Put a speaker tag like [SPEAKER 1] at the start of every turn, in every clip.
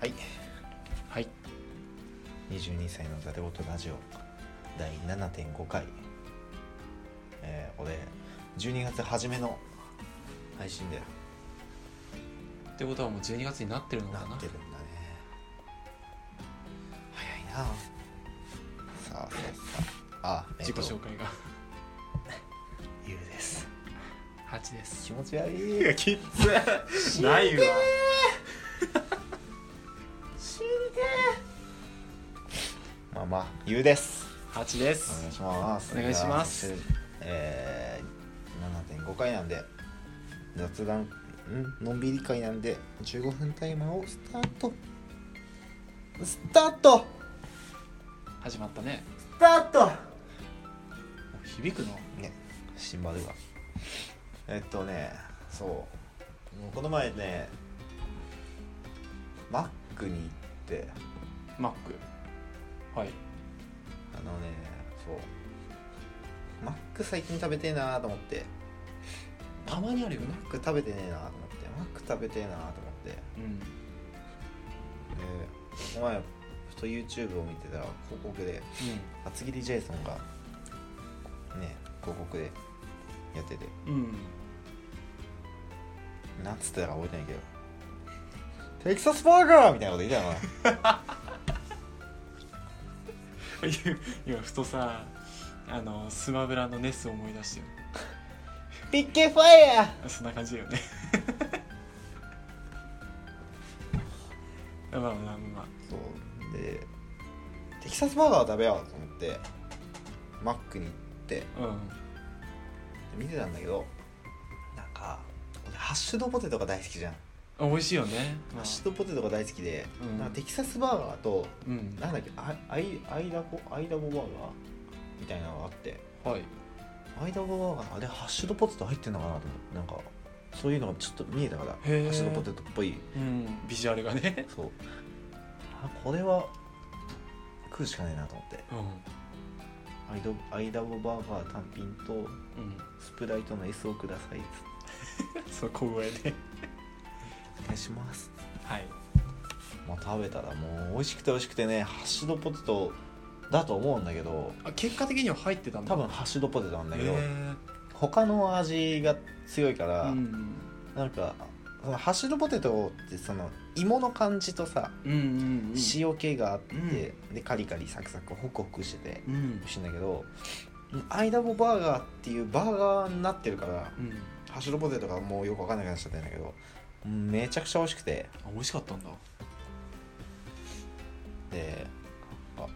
[SPEAKER 1] はい
[SPEAKER 2] はい
[SPEAKER 1] 22歳のザレ事ラジオ第7.5回えー、俺12月初めの配信だよ
[SPEAKER 2] ってことはもう12月になってるのか
[SPEAKER 1] な
[SPEAKER 2] な
[SPEAKER 1] ってるんだね早いなさあさあさああ
[SPEAKER 2] 自己
[SPEAKER 1] え
[SPEAKER 2] 紹
[SPEAKER 1] っと
[SPEAKER 2] 介が
[SPEAKER 1] ゆうです
[SPEAKER 2] 8です
[SPEAKER 1] 気持ち悪い
[SPEAKER 2] きっつないわ
[SPEAKER 1] まあまあゆうです
[SPEAKER 2] 8で
[SPEAKER 1] お願
[SPEAKER 2] す
[SPEAKER 1] いします
[SPEAKER 2] お願いします
[SPEAKER 1] えー、7.5回なんで雑談んのんびり会なんで15分タイマーをスタートスタート
[SPEAKER 2] 始まったね
[SPEAKER 1] スタート
[SPEAKER 2] 響くの
[SPEAKER 1] ねシンバルがえっとねそうもうこの前ねマックに行って
[SPEAKER 2] マックはい
[SPEAKER 1] あのねそうマック最近食べてえなと思って
[SPEAKER 2] たまにあるよね
[SPEAKER 1] マック食べてねえなと思ってマック食べてえなと思ってで
[SPEAKER 2] うん
[SPEAKER 1] お前ふと YouTube を見てたら広告で厚切りジェイソンがね広告でやってて
[SPEAKER 2] うんうん
[SPEAKER 1] なんつってたか覚えてないけどテキサスバーガーみたいなこと言ってたよ
[SPEAKER 2] 今ふとさあのスマブラのネスを思い出してる
[SPEAKER 1] な ピッケファイヤー
[SPEAKER 2] そんな感じだよね まあまあまあまあ
[SPEAKER 1] そうでテキサスバーガーを食べようと思ってマックに行って
[SPEAKER 2] うん
[SPEAKER 1] 見てたんだけどなんか俺ハッシュドポテトが大好きじゃん
[SPEAKER 2] あ美味しいよね、
[SPEAKER 1] ハッシュドポテトが大好きで、
[SPEAKER 2] うん
[SPEAKER 1] なんかテキサスバーガーと
[SPEAKER 2] うん
[SPEAKER 1] なんだっけアイアイアイダボアイダボバーガーみたいなのがあって
[SPEAKER 2] はい
[SPEAKER 1] アイダボバーガーあれハッシュドポテト入ってんのかなと思ってなんかそういうのがちょっと見えたからハ
[SPEAKER 2] へー
[SPEAKER 1] ッシュドポテトっぽい
[SPEAKER 2] うんビジュアルがね
[SPEAKER 1] そうあこれは食うしかないなと思って
[SPEAKER 2] うん
[SPEAKER 1] アイドアイダボバーガー単品と
[SPEAKER 2] うん
[SPEAKER 1] スプライトの S をください
[SPEAKER 2] そう小声で
[SPEAKER 1] お願いします
[SPEAKER 2] はい
[SPEAKER 1] まあ、食べたらもう美味しくて美味しくてねハッシュドポテトだと思うんだけど
[SPEAKER 2] あ結果的には入ってたんだ
[SPEAKER 1] 多分ハッシュドポテトなんだけど、
[SPEAKER 2] へ
[SPEAKER 1] 他の味が強いか
[SPEAKER 2] え
[SPEAKER 1] ら、
[SPEAKER 2] うん
[SPEAKER 1] なんかそのハッシュドポテトってその芋の感じとさ、
[SPEAKER 2] うんうんうん
[SPEAKER 1] 塩気があって、
[SPEAKER 2] うん
[SPEAKER 1] でカリカリサクサクホクホクしてて
[SPEAKER 2] うん
[SPEAKER 1] 美味しいんだけどアイダボバーガーっていうバーガーになってるから
[SPEAKER 2] うん
[SPEAKER 1] ハッシュドポテトがもうよく分かんなくなっちゃったんだけどめちゃくちゃ美味しくて
[SPEAKER 2] あ美味しかったんだ
[SPEAKER 1] であ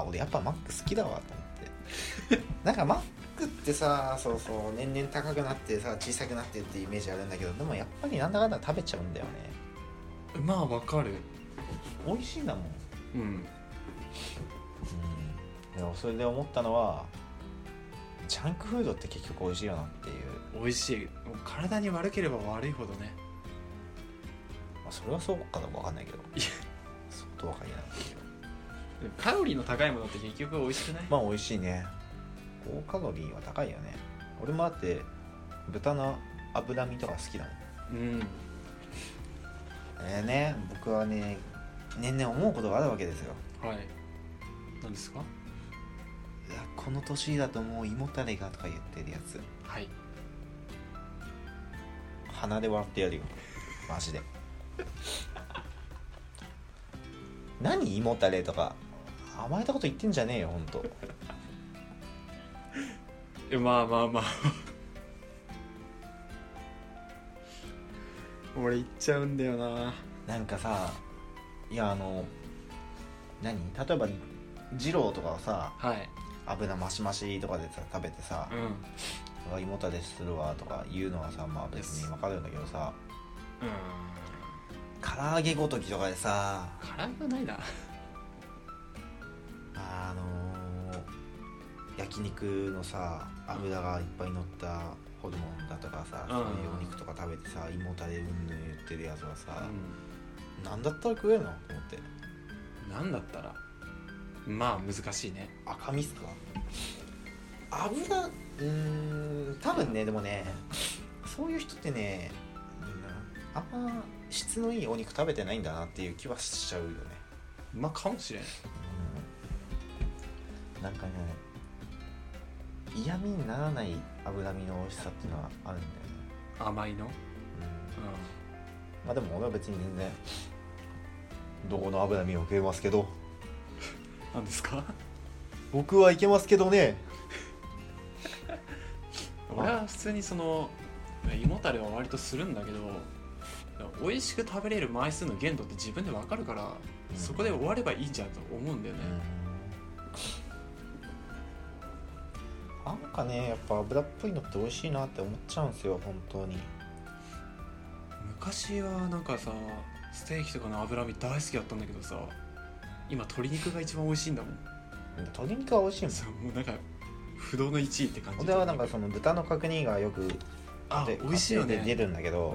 [SPEAKER 1] あ俺やっぱマック好きだわと思 ってなんかマックってさそうそう年々高くなってさ小さくなってっていうイメージあるんだけどでもやっぱりなんだかんだ食べちゃうんだよね
[SPEAKER 2] まあわかる
[SPEAKER 1] 美味しいんだもん、
[SPEAKER 2] うん
[SPEAKER 1] でもそれで思ったのはジャンクフードって結局美味しいよなっていう、
[SPEAKER 2] 美味しいもう体に悪ければ悪いほどね
[SPEAKER 1] まあ、それはそうかどうか分かんないけど
[SPEAKER 2] いや
[SPEAKER 1] 相当分かりないけど
[SPEAKER 2] でもカロリーの高いものって結局美味しくない、
[SPEAKER 1] まあ美味しいね高カロリーは高いよね俺もだって豚の脂身とか好きだもん
[SPEAKER 2] うん
[SPEAKER 1] えーね僕はね年々思うことがあるわけですよ
[SPEAKER 2] はい何ですか
[SPEAKER 1] いやこの年だともう胃もたれがとか言ってるやつ
[SPEAKER 2] はい
[SPEAKER 1] 鼻で笑ってやるよマジで何胃もたれとか甘えたこと言ってんじゃねえよほんと
[SPEAKER 2] えまあまあまあ 俺行っちゃうんだよな
[SPEAKER 1] なんかさいやあの何例えば二郎とかはさ
[SPEAKER 2] はい
[SPEAKER 1] 油マシマシとかでさ食べてさ
[SPEAKER 2] うん
[SPEAKER 1] うわ胃もたれするわとか言うのはさまあ別にわかるんだけどさ
[SPEAKER 2] うん
[SPEAKER 1] 唐揚げごときとかでさ
[SPEAKER 2] 辛いはないな
[SPEAKER 1] あのー焼肉のさ油がいっぱい乗ったホルモンだとかさ、
[SPEAKER 2] うん
[SPEAKER 1] そういうお肉とか食べてさ胃もたれうんぬん言ってるやつはさ、なんだったら食えるのと思って
[SPEAKER 2] なんだったらまあ難しいね
[SPEAKER 1] 赤身っすか油うーん多分ねでもねそういう人ってねうんあんま質のいいお肉食べてないんだなっていう気はしちゃうよね、
[SPEAKER 2] まあかもしれない
[SPEAKER 1] うん、なんかね嫌味にならない脂身の美味しさっていうのはあるんだよね、
[SPEAKER 2] 甘いの、うん、
[SPEAKER 1] うん、まあでも俺は別に全然どこの脂身を食えますけど
[SPEAKER 2] なんですか
[SPEAKER 1] 僕はいけますけどね
[SPEAKER 2] 俺は普通にその胃もたれは割とするんだけど美味しく食べれる枚数の限度って自分で分かるから、
[SPEAKER 1] うん
[SPEAKER 2] そこで終わればいいじゃんと思うんだよね、
[SPEAKER 1] なんかねやっぱ脂っぽいのって美味しいなって思っちゃうんですよ本当に
[SPEAKER 2] 昔はなんかさステーキとかの脂身大好きだったんだけどさ今鶏肉が一番美味しいんだもん
[SPEAKER 1] 鶏肉は美味しいもん
[SPEAKER 2] そうもうなんか不動の1位って感じ
[SPEAKER 1] 俺はなんかその豚の角煮がよく
[SPEAKER 2] あ
[SPEAKER 1] で
[SPEAKER 2] 美味しいよ
[SPEAKER 1] 家
[SPEAKER 2] ね
[SPEAKER 1] 庭で出るんだけ
[SPEAKER 2] う
[SPEAKER 1] ど、
[SPEAKER 2] ん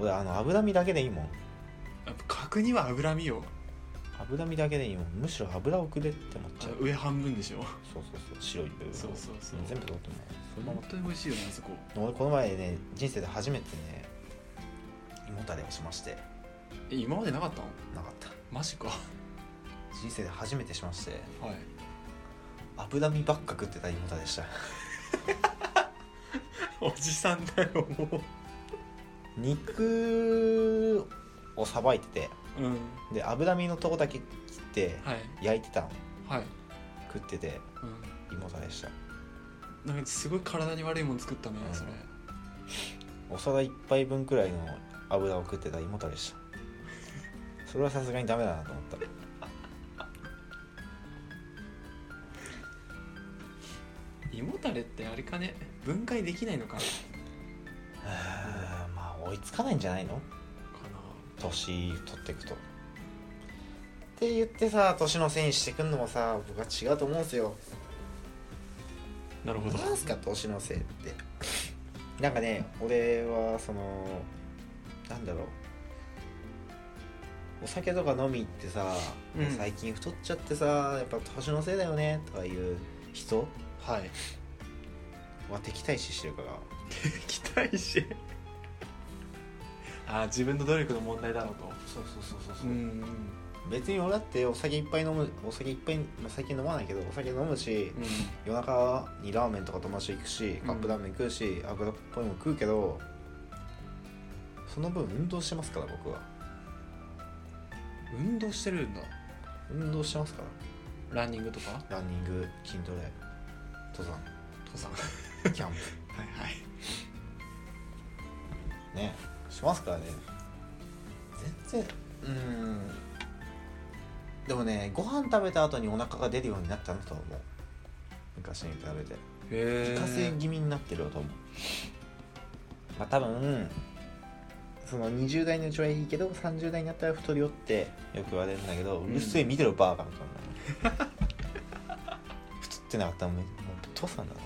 [SPEAKER 1] 俺あの脂身だけでいいもん
[SPEAKER 2] やっぱ角煮は脂身よ
[SPEAKER 1] 脂身だけでいいもんむしろ油をくれって思っちゃう
[SPEAKER 2] 上半分でしょ
[SPEAKER 1] そうそうそう白い部分を
[SPEAKER 2] そうそうそう
[SPEAKER 1] 全部取ってもそのま
[SPEAKER 2] 本当に美味しいよねあそこ
[SPEAKER 1] ま俺この前ね人生で初めてね胃もたれをしまして
[SPEAKER 2] え今までなかったの
[SPEAKER 1] なかった
[SPEAKER 2] マジかは
[SPEAKER 1] 人生で初めてしまして
[SPEAKER 2] い
[SPEAKER 1] 脂身ばっか食ってた胃もたれでした
[SPEAKER 2] おじさんだよも
[SPEAKER 1] 肉をさばいてて
[SPEAKER 2] ううん
[SPEAKER 1] で脂身のとこだけ切って
[SPEAKER 2] はい
[SPEAKER 1] 焼いてたの
[SPEAKER 2] はい、
[SPEAKER 1] 食ってて
[SPEAKER 2] う
[SPEAKER 1] 胃もたれでした
[SPEAKER 2] ん、なんかすごい体に悪いもの作ったね、
[SPEAKER 1] うん
[SPEAKER 2] それ
[SPEAKER 1] お皿一杯分くらいの油を食ってた胃もたれでしたそれはさすがにダメだなと思った
[SPEAKER 2] 胃もたれってあれかね分解できないのかなか
[SPEAKER 1] うーんまあ追いつかないんじゃないの
[SPEAKER 2] な
[SPEAKER 1] 年取っていくとって言ってさ年のせいにしてくんのもさ僕は違うと思うんですよ
[SPEAKER 2] なるほど
[SPEAKER 1] 何すか年のせいってなんかね俺はそのなんだろうお酒とか飲み行ってさ、
[SPEAKER 2] うん
[SPEAKER 1] 最近太っちゃってさやっぱ年のせいだよねとかいう人
[SPEAKER 2] はい
[SPEAKER 1] は敵対視してるから
[SPEAKER 2] 期待しあー自分の努力の問題だろうと
[SPEAKER 1] そうそうそうそう
[SPEAKER 2] うんうん
[SPEAKER 1] 別に俺だってお酒いっぱい飲むお酒いっぱい、まあ、最近飲まないけどお酒飲むし
[SPEAKER 2] う
[SPEAKER 1] 夜中にラーメンとか友達と行くしカップラーメン食うし、油っぽいもん食うけどその分運動してますから僕は
[SPEAKER 2] ん運動してるんだ
[SPEAKER 1] 運動してますか
[SPEAKER 2] ランニングとから
[SPEAKER 1] ランニング筋トレ登山
[SPEAKER 2] 登山
[SPEAKER 1] キャン
[SPEAKER 2] はいはい
[SPEAKER 1] プねしますからね全然うーんでもねご飯食べた後にお腹が出るようになったなとは思う昔に比べて
[SPEAKER 2] へ
[SPEAKER 1] 自家製
[SPEAKER 2] え
[SPEAKER 1] 気味になってるよと思う、まあ多分その20代のうちはいいけど30代になったら太りよってよく言われるんだけど、うんるせえ見てろバーカみたいな 太ってなかったらもうもう父さんだな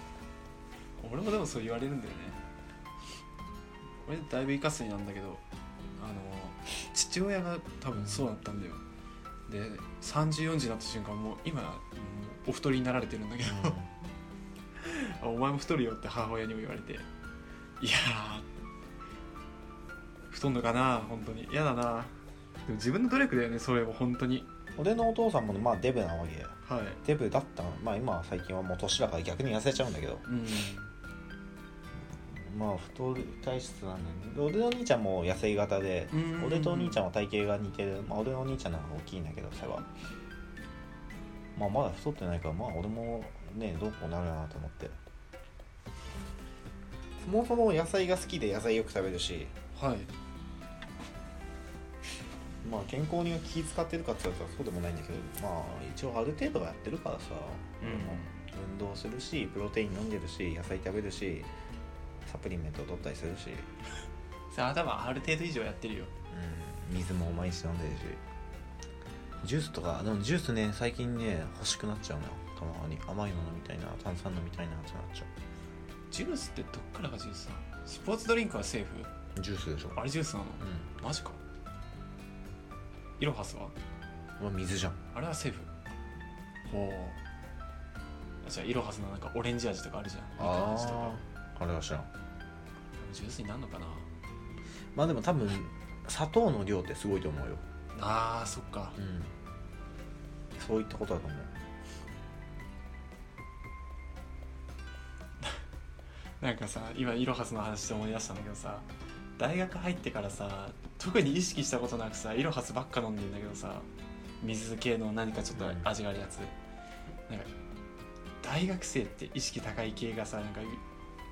[SPEAKER 2] 俺もでもそう言われるんだよね俺だいぶイカスになんだけどあの父親が多分そうだったんだよで3040になった瞬間もう今もうお太りになられてるんだけどあお前も太るよって母親にも言われていやー太んのかな本当に嫌だなでも自分の努力だよねそれも本当に
[SPEAKER 1] 俺のお父さんもまあデブなわけ
[SPEAKER 2] はい
[SPEAKER 1] デブだったのまあ今は最近はもう年だから逆に痩せちゃうんだけど
[SPEAKER 2] うん
[SPEAKER 1] まあ太る体質なんだけど俺のお兄ちゃんも痩せ型で
[SPEAKER 2] うん
[SPEAKER 1] 俺とお兄ちゃんは体型が似てる、まあ、俺のお兄ちゃんの方が大きいんだけど背は、まあ、まだ太ってないからまあ俺もねどうこうなるなと思ってそもそも野菜が好きで野菜よく食べるし
[SPEAKER 2] はい
[SPEAKER 1] まあ健康には気使ってるかって言ったらそうでもないんだけどまあ一応ある程度はやってるからさ、運動するしプロテイン飲んでるし野菜食べるしサプリメントを取ったりするし、
[SPEAKER 2] さあ頭ある程度以上やってるよ
[SPEAKER 1] うん、水も毎日飲んでるしジュースとかでもジュースね最近ね欲しくなっちゃうのよたまに甘いの飲みたいな炭酸飲みたいなってなっちゃ
[SPEAKER 2] ジュースってどっからがジュースなのスポーツドリンクはセーフ
[SPEAKER 1] うジュースでしょ
[SPEAKER 2] あれジュースなの
[SPEAKER 1] う
[SPEAKER 2] マジかイロハスは
[SPEAKER 1] ん、まあ、水じゃん
[SPEAKER 2] あれはセーフほうじゃあイロハスのなんかオレンジ味とかあるじゃんみかん味とか
[SPEAKER 1] ああれは知らん
[SPEAKER 2] ジュースになるのかな
[SPEAKER 1] まあでも多分砂糖の量ってすごいと思うよ、
[SPEAKER 2] あーそっか
[SPEAKER 1] うん、そういったことだと思う
[SPEAKER 2] なんかさ今イロハスの話で思い出したんだけどさ大学入ってからさ特に意識したことなくさイロハスばっか飲んでんだけどさ水系の何かちょっと味があるやつ、なんか大学生って意識高い系がさなんか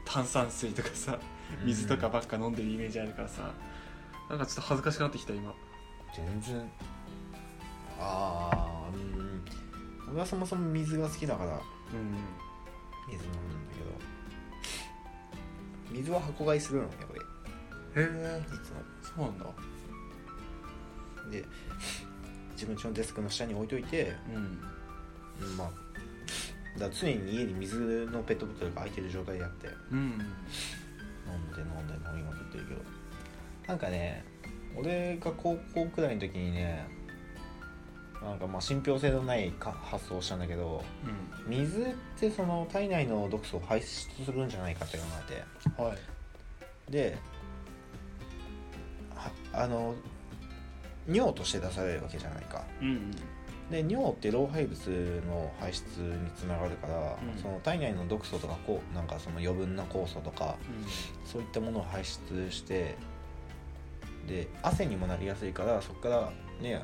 [SPEAKER 2] 炭酸水とかさ水とかばっか飲んでるイメージあるからさ、なんかちょっと恥ずかしくなってきた今
[SPEAKER 1] 全然ああうん俺はそもそも水が好きだから
[SPEAKER 2] うん
[SPEAKER 1] 水飲むんだけど水は箱買いするのねこれい
[SPEAKER 2] へえ
[SPEAKER 1] つも
[SPEAKER 2] そうなんだ
[SPEAKER 1] で自分ちのデスクの下に置いといて
[SPEAKER 2] うん
[SPEAKER 1] うんまあだから常に家に水のペットボトルが空いてる状態であって
[SPEAKER 2] うん
[SPEAKER 1] 飲んで飲んで飲みまくってるけどなんかね俺が高校くらいの時にねなんかまあ信憑性のないか発想をしたんだけど
[SPEAKER 2] う
[SPEAKER 1] 水ってその体内の毒素を排出するんじゃないかって考え
[SPEAKER 2] んはい
[SPEAKER 1] てではあの尿として出されるわけじゃないか
[SPEAKER 2] うん
[SPEAKER 1] で尿って老廃物の排出につながるから、
[SPEAKER 2] うん
[SPEAKER 1] その体内の毒素とかこうなんかその余分な酵素とかそういったものを排出してで汗にもなりやすいからそこからね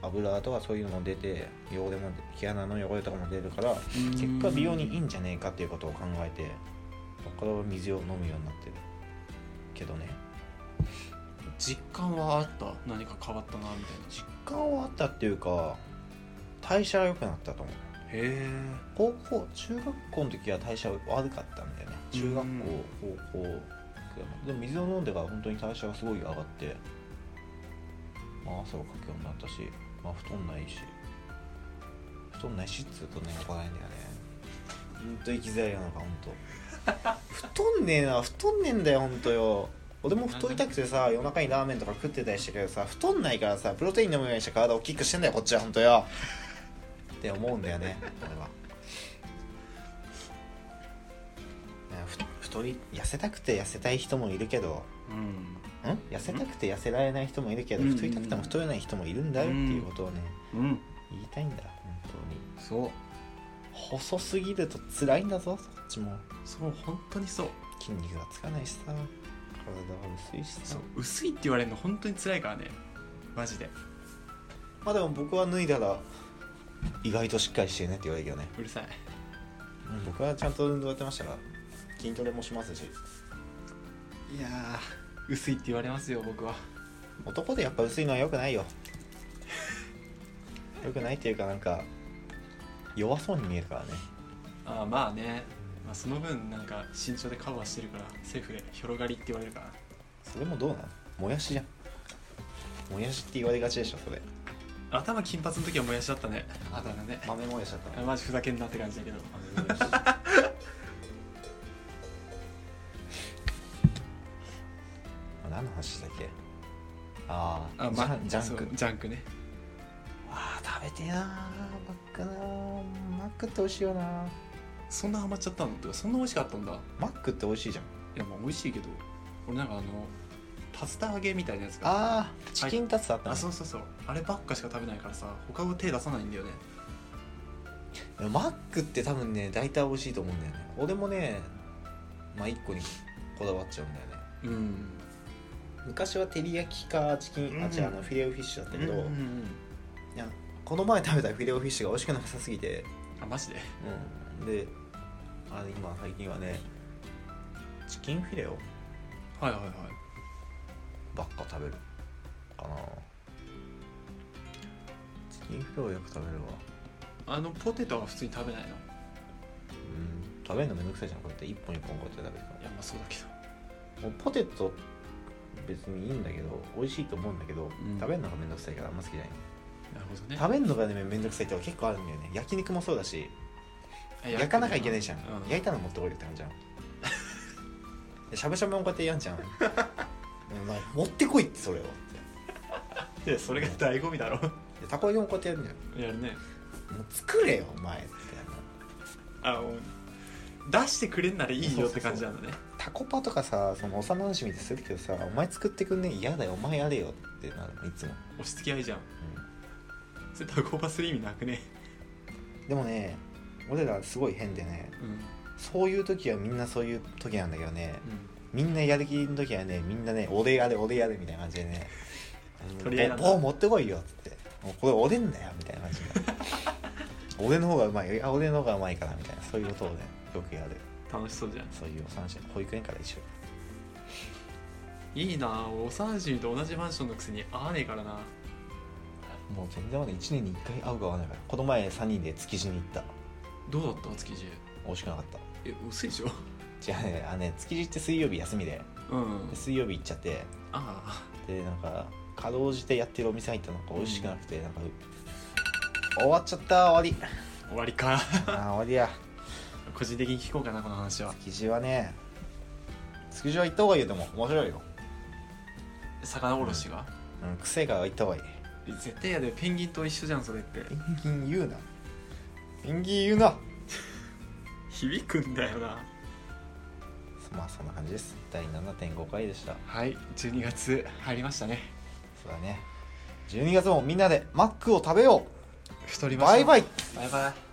[SPEAKER 1] 油とかそういうのも出て汚れも毛穴の汚れとかも出るから
[SPEAKER 2] うん
[SPEAKER 1] 結果美容にいいんじゃねえかっていうことを考えてそこから水を飲むようになってるけどね
[SPEAKER 2] 実感はあった何か変わったなみたいな
[SPEAKER 1] 実感はあったっていうか代謝が良くなったと思う
[SPEAKER 2] へ
[SPEAKER 1] 高校中学校の時は代謝悪かったんだよね中学校
[SPEAKER 2] うん
[SPEAKER 1] 高校でも水を飲んでから本当に代謝がすごい上がって、まあ、汗をかくようになったし、まあ、太んないし太んないしっつうとねこないんだよねほんと生きづらいよなんかほんと太んねえな太んねえんだよほんとよ俺も太りたくてさ夜中にラーメンとか食ってたりしたけどさ太んないからさプロテイン飲むようにして体を大きくしてんだよこっちはほんとよって思うんだよね俺は。ねふ太り痩せたくて痩せたい人もいるけど
[SPEAKER 2] うん
[SPEAKER 1] ん痩せたくて痩せられない人もいるけど
[SPEAKER 2] うん
[SPEAKER 1] 太りたくても太れない人もいるんだよっていうことをね
[SPEAKER 2] うん
[SPEAKER 1] 言いたいんだ本当に
[SPEAKER 2] そう
[SPEAKER 1] 細すぎると辛いんだぞそっちも
[SPEAKER 2] そう本当にそう
[SPEAKER 1] 筋肉がつかないしさ体は薄いし
[SPEAKER 2] そ
[SPEAKER 1] さ
[SPEAKER 2] う薄いって言われるの本当に辛いからねマジで
[SPEAKER 1] まあでも僕は脱いだら意外としっかりしてるねって言われるけどね、
[SPEAKER 2] うるさい
[SPEAKER 1] うん僕はちゃんと運動やってましたから筋トレもしますし
[SPEAKER 2] いやー薄いって言われますよ僕は
[SPEAKER 1] 男でやっぱ薄いのは良くない よ良くないっていうかなんか弱そうに見えるからね
[SPEAKER 2] あーまあね、まあ、その分なんか身長でカバーしてるからセーフで広がりって言われるから
[SPEAKER 1] それもどうなのもやしじゃんもやしって言われがちでしょそれ
[SPEAKER 2] 頭金髪の時はもやしだったねあだ名ね
[SPEAKER 1] 豆もやしだっ
[SPEAKER 2] あ
[SPEAKER 1] たの
[SPEAKER 2] マジふざけんなって感じだけど
[SPEAKER 1] 豆もやし何の話だっけあー
[SPEAKER 2] あ、まあ、
[SPEAKER 1] ジャンジャンク
[SPEAKER 2] そうジャンクね
[SPEAKER 1] あー食べてえなーマックなーマックって美味しいよなー
[SPEAKER 2] そんなハマっちゃったのってかそんな美味しかったんだ
[SPEAKER 1] マックって美味しいじゃん
[SPEAKER 2] いやまあ美味しいけど俺なんかあの竜田揚げみたいなやつが
[SPEAKER 1] ああチキンタツタあった
[SPEAKER 2] あ
[SPEAKER 1] ね
[SPEAKER 2] そうそうそうあればっかしか食べないからさ他を手出さないんだよね
[SPEAKER 1] でもマックって多分ね大体美味しいと思うんだよね俺もねまあ1個にこだわっちゃうんだよね
[SPEAKER 2] うん
[SPEAKER 1] 昔は照り焼きかチキン、
[SPEAKER 2] う
[SPEAKER 1] あ
[SPEAKER 2] ん
[SPEAKER 1] 違うあのフィレオフィッシュだったけど、
[SPEAKER 2] うんうんうん
[SPEAKER 1] いやこの前食べたフィレオフィッシュが美味しくなさすぎて、
[SPEAKER 2] あマジで
[SPEAKER 1] うん、であ今最近はねチキンフィレオ
[SPEAKER 2] はいはいはい
[SPEAKER 1] ばっか食べるかなチキンフィレオよく食べるわ
[SPEAKER 2] あのポテトは普通に食べないの
[SPEAKER 1] う
[SPEAKER 2] い
[SPEAKER 1] ん食べるのめんどくさいじゃんこうやって1本1本こうやって食べるから
[SPEAKER 2] やまあそうだけ
[SPEAKER 1] も
[SPEAKER 2] ど
[SPEAKER 1] うポテト別にいいんだけど美味しいと思うんだけど、
[SPEAKER 2] ん
[SPEAKER 1] 食べるのがめんどくさいからあんま好きじゃない
[SPEAKER 2] なるほどね
[SPEAKER 1] 食べるのがねめんどくさいって結構あるんだよね焼肉もそうだし
[SPEAKER 2] あ
[SPEAKER 1] 焼かなきゃいけないじゃん、
[SPEAKER 2] うん
[SPEAKER 1] 焼いたの持ってこいよって感じじゃんでしゃぶしゃぶもこうやってやん じゃんお前持ってこいってそれをって
[SPEAKER 2] いやそれが醍醐味だろ
[SPEAKER 1] でたこ揚げもこうやってやるんじゃ
[SPEAKER 2] やるね
[SPEAKER 1] んもう作れよお前って
[SPEAKER 2] あの出してくれんならいいよって感じなんだね
[SPEAKER 1] タコパとかさその幼なじみでするけどさ「お前作ってくんねえ嫌だよお前やれよ」ってなるのいつも、
[SPEAKER 2] 押し付け合いじゃんそれタコパする意味なくね
[SPEAKER 1] うんでもね俺らすごい変でね
[SPEAKER 2] うんうん
[SPEAKER 1] そういう時はみんなそういう時なんだけどねみんなやる気の時はねみんなね「俺やれ俺やれ」みたいな感じでね「
[SPEAKER 2] 取り合いなんだ
[SPEAKER 1] 棒棒持ってこいよ」っつって「もうこれ俺んだよ」みたいな感じで 「俺の方がうまいよいや俺の方がうまいから」みたいなそういうことをねよくやる
[SPEAKER 2] 楽しそうじゃん
[SPEAKER 1] そういう幼なじみ保育園から一緒
[SPEAKER 2] いいな俺幼馴染と同じマンションのくせに会わねえからな
[SPEAKER 1] もう全然まだ1年に1回会うか会わないからこの前3人で築地に行った
[SPEAKER 2] どうだった築地
[SPEAKER 1] 美味しくなかっ
[SPEAKER 2] え薄いでしょ
[SPEAKER 1] た違うねあのね築地って水曜日休みで
[SPEAKER 2] うん
[SPEAKER 1] で水曜日行っちゃって
[SPEAKER 2] あ
[SPEAKER 1] でなんかかろうじてやってるお店入ったのが美味しくなくて、なんか終わっちゃった終わり
[SPEAKER 2] あ終わりか
[SPEAKER 1] あ ー終わりや
[SPEAKER 2] 個人的に聞こうかなこの話は
[SPEAKER 1] 築地はね築地は行った方がいいよでも面白いよ、
[SPEAKER 2] 魚おろしが、
[SPEAKER 1] うん、癖が行った方がいい
[SPEAKER 2] え絶対やでペンギンと一緒じゃんそれって
[SPEAKER 1] ペンギン言うなペンギン言うな
[SPEAKER 2] 響くんだよな
[SPEAKER 1] まあそんな感じです第7.5回でした
[SPEAKER 2] はい12月入りましたね
[SPEAKER 1] そうだね12月もみんなでマックを食べよう
[SPEAKER 2] 太りました
[SPEAKER 1] バイバイ
[SPEAKER 2] バイバイ